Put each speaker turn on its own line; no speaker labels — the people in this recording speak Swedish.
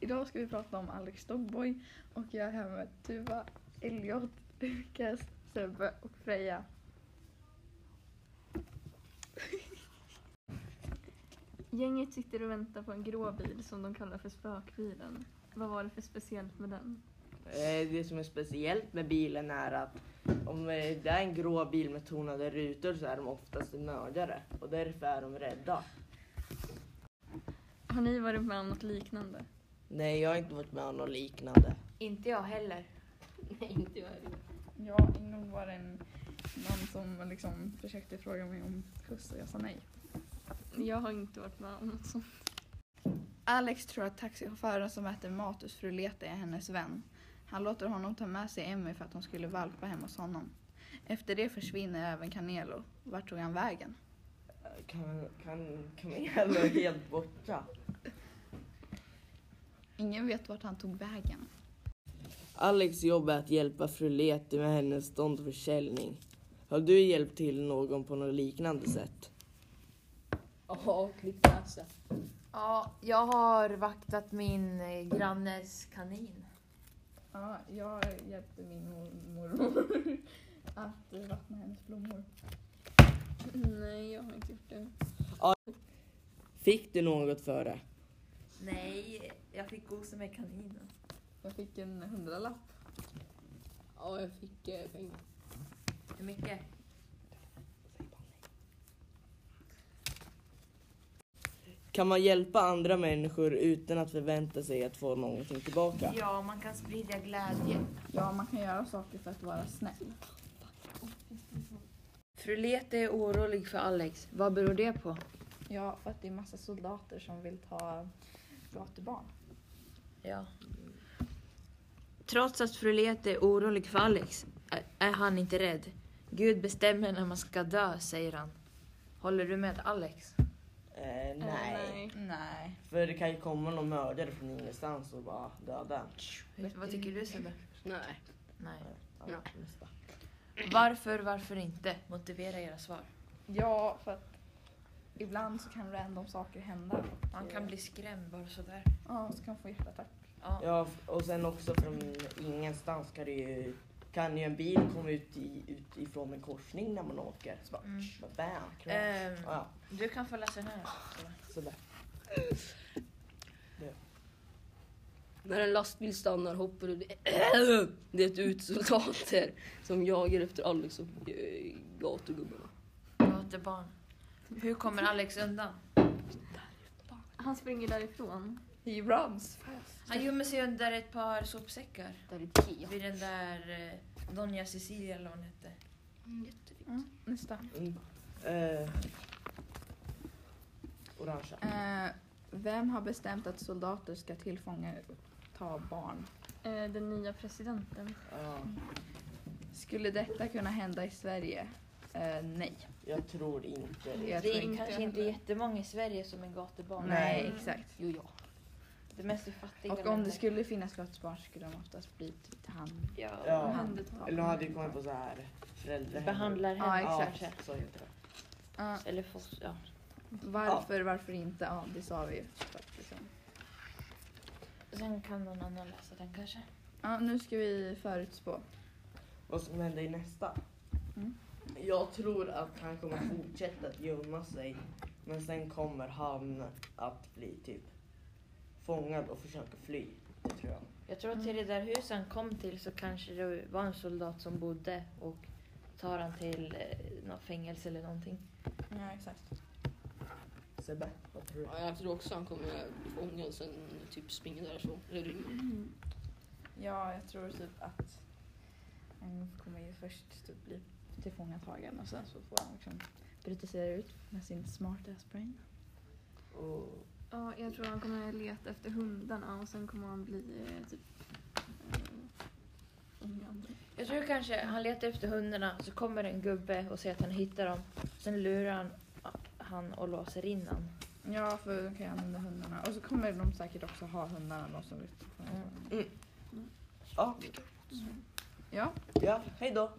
Idag ska vi prata om Alex Dogboy och jag är här med Tuva, Elliot, Lukas, Sebbe och Freja. Gänget sitter och väntar på en grå bil som de kallar för spökbilen. Vad var det för speciellt med den?
Eh, Det som är speciellt med bilen är att om eh, det är en grå bil med tonade rutor så är de oftast en mördare och därför är de rädda.
Har ni varit med om något liknande?
Nej, jag har inte varit med om något liknande.
Inte jag heller. Nej, inte jag heller.
Ja, en gång var det en man som liksom försökte fråga mig om puss och jag sa nej. Jag har inte varit med om något sånt. Alex tror att taxichauffören som äter mat hos fru Leta är hennes vän. Han låter honom ta med sig Emmy för att hon skulle valpa hemma hos honom. Efter det försvinner även Canelo. Vart tog han vägen?
Eh, Kan, kan, kan man heller vara helt borta?
Ingen vet vart han tog vägen.
Alex jobb är att hjälpa fru Leti med hennes ståndförsäljning. Har du hjälpt till någon på något liknande sätt?
Jaha, klipp näsa. Ja, jag har vaktat min eh, grannes kanin.
Ja, jag hjälpte min mormor att vattna hennes blommor. Nej, jag har inte gjort det.
Fick du något för det?
Nej, jag fick gosa med kaninen.
Jag fick en hundralapp.
Ja, jag fick eh, pengar.
Hur mycket?
Kan man hjälpa andra människor utan att förvänta sig att få någonting tillbaka?
Ja, man kan sprida glädje.
Ja, man kan göra saker för att vara snäll.
Fru Lete är orolig för Alex. Vad beror det på?
Ja, för att det är massa soldater som vill ta gatubarn.
Ja. Trots att fru Lete är orolig för Alex är- är han inte rädd. Gud bestämmer när man ska dö, säger han. Håller du med Alex?
Eh, nej.
Nej.
För det kan ju komma någon mördare från ingenstans och bara döda en.
Vad tycker du Sebbe?
Nej.
Nej.
Ja,
Nej.
nästa.
Varför, varför inte? Motivera era svar.
Ja, för att ibland så kan random saker hända. och,
Man
eh,
kan bli skrämd bara sådär.
Ja, så kan man få hjärtattack.
Ja.
Ja, f- och sen också från ingenstans kan, det ju, kan ju en bil komma ut, i, ut ifrån en korsning när man åker. Så bara,
Mm.
bara bam, crash.
Ehm,
ja,
du kan få läsa den här.
sådär.
När en lastbil stannar hoppar det, det ut soldater som jagar efter Alex och eh, gatugubbarna.
Gatubarn. Hur kommer Alex undan?
Han springer därifrån.
He runs fast.
Han gömmer sig under ett par sopsäckar.
Där är te.
Vid den där eh, Donna Cecilia eller vad hon hette.
Mm, nästa.
Mm. Eh, orangea.
Eh, vem har bestämt att soldater ska tillfånga ta barn?
Eh, Den nya presidenten.
Ja,
Skulle detta kunna hända i Sverige? Eh, nej.
jag tror inte det.
Jag tror inte
kanske
jag
inte
heller.
jättemånga i Sverige som är gatubarn.
Nej, exakt.
Jo, ja.
Det mest är fattiga
Och om det
länder.
skulle finnas gatubarn skulle de oftast bli typ hand...
Ja.
handtagna.
Eller hade ju kommit på så här föräldrahem.
Behandlar henne
Ja, exakt.
kanske.
Så heter det.
Ja,
Eller fos- ja.
varför, varför inte? Ja, det sa vi ju. Så att Liksom.
Sen kan någon annan läsa den kanske.
Ja, nu ska vi förutspå.
Vad som händer i nästa?
Mm.
Jag tror att han kommer fortsätta att gömma sig. Men sen kommer han att bli typ fångad och försöka fly. Det tror jag.
Jag tror att
Mm.
till det där huset han kom till så kanske det var en soldat som bodde och tar han till eh, något fängelse eller någonting.
Ja, exakt.
Sebbe, vad tror du?
Ja, jag tror också han kommer bli fångad och sen typ springa därifrån. Eller rymma.
Ja, jag tror typ att han kommer ju först typ bli tillfångatagen och sen så får han liksom bryta sig ut med sin smartass brain.
Och
Ja, jag tror han kommer leta efter hundarna och sen kommer han bli eh, typ... eh, unga andra.
Jag tror kanske han letar efter hundarna så kommer en gubbe och säger att han hittar dem. Sen lurar han, han och låser in han.
Ja, för de kan ju använda hundarna. Och så kommer de säkert också ha hundarna, de som vill tillfångata
Mm.
honom.
ja,
Ja.
ja, hej då.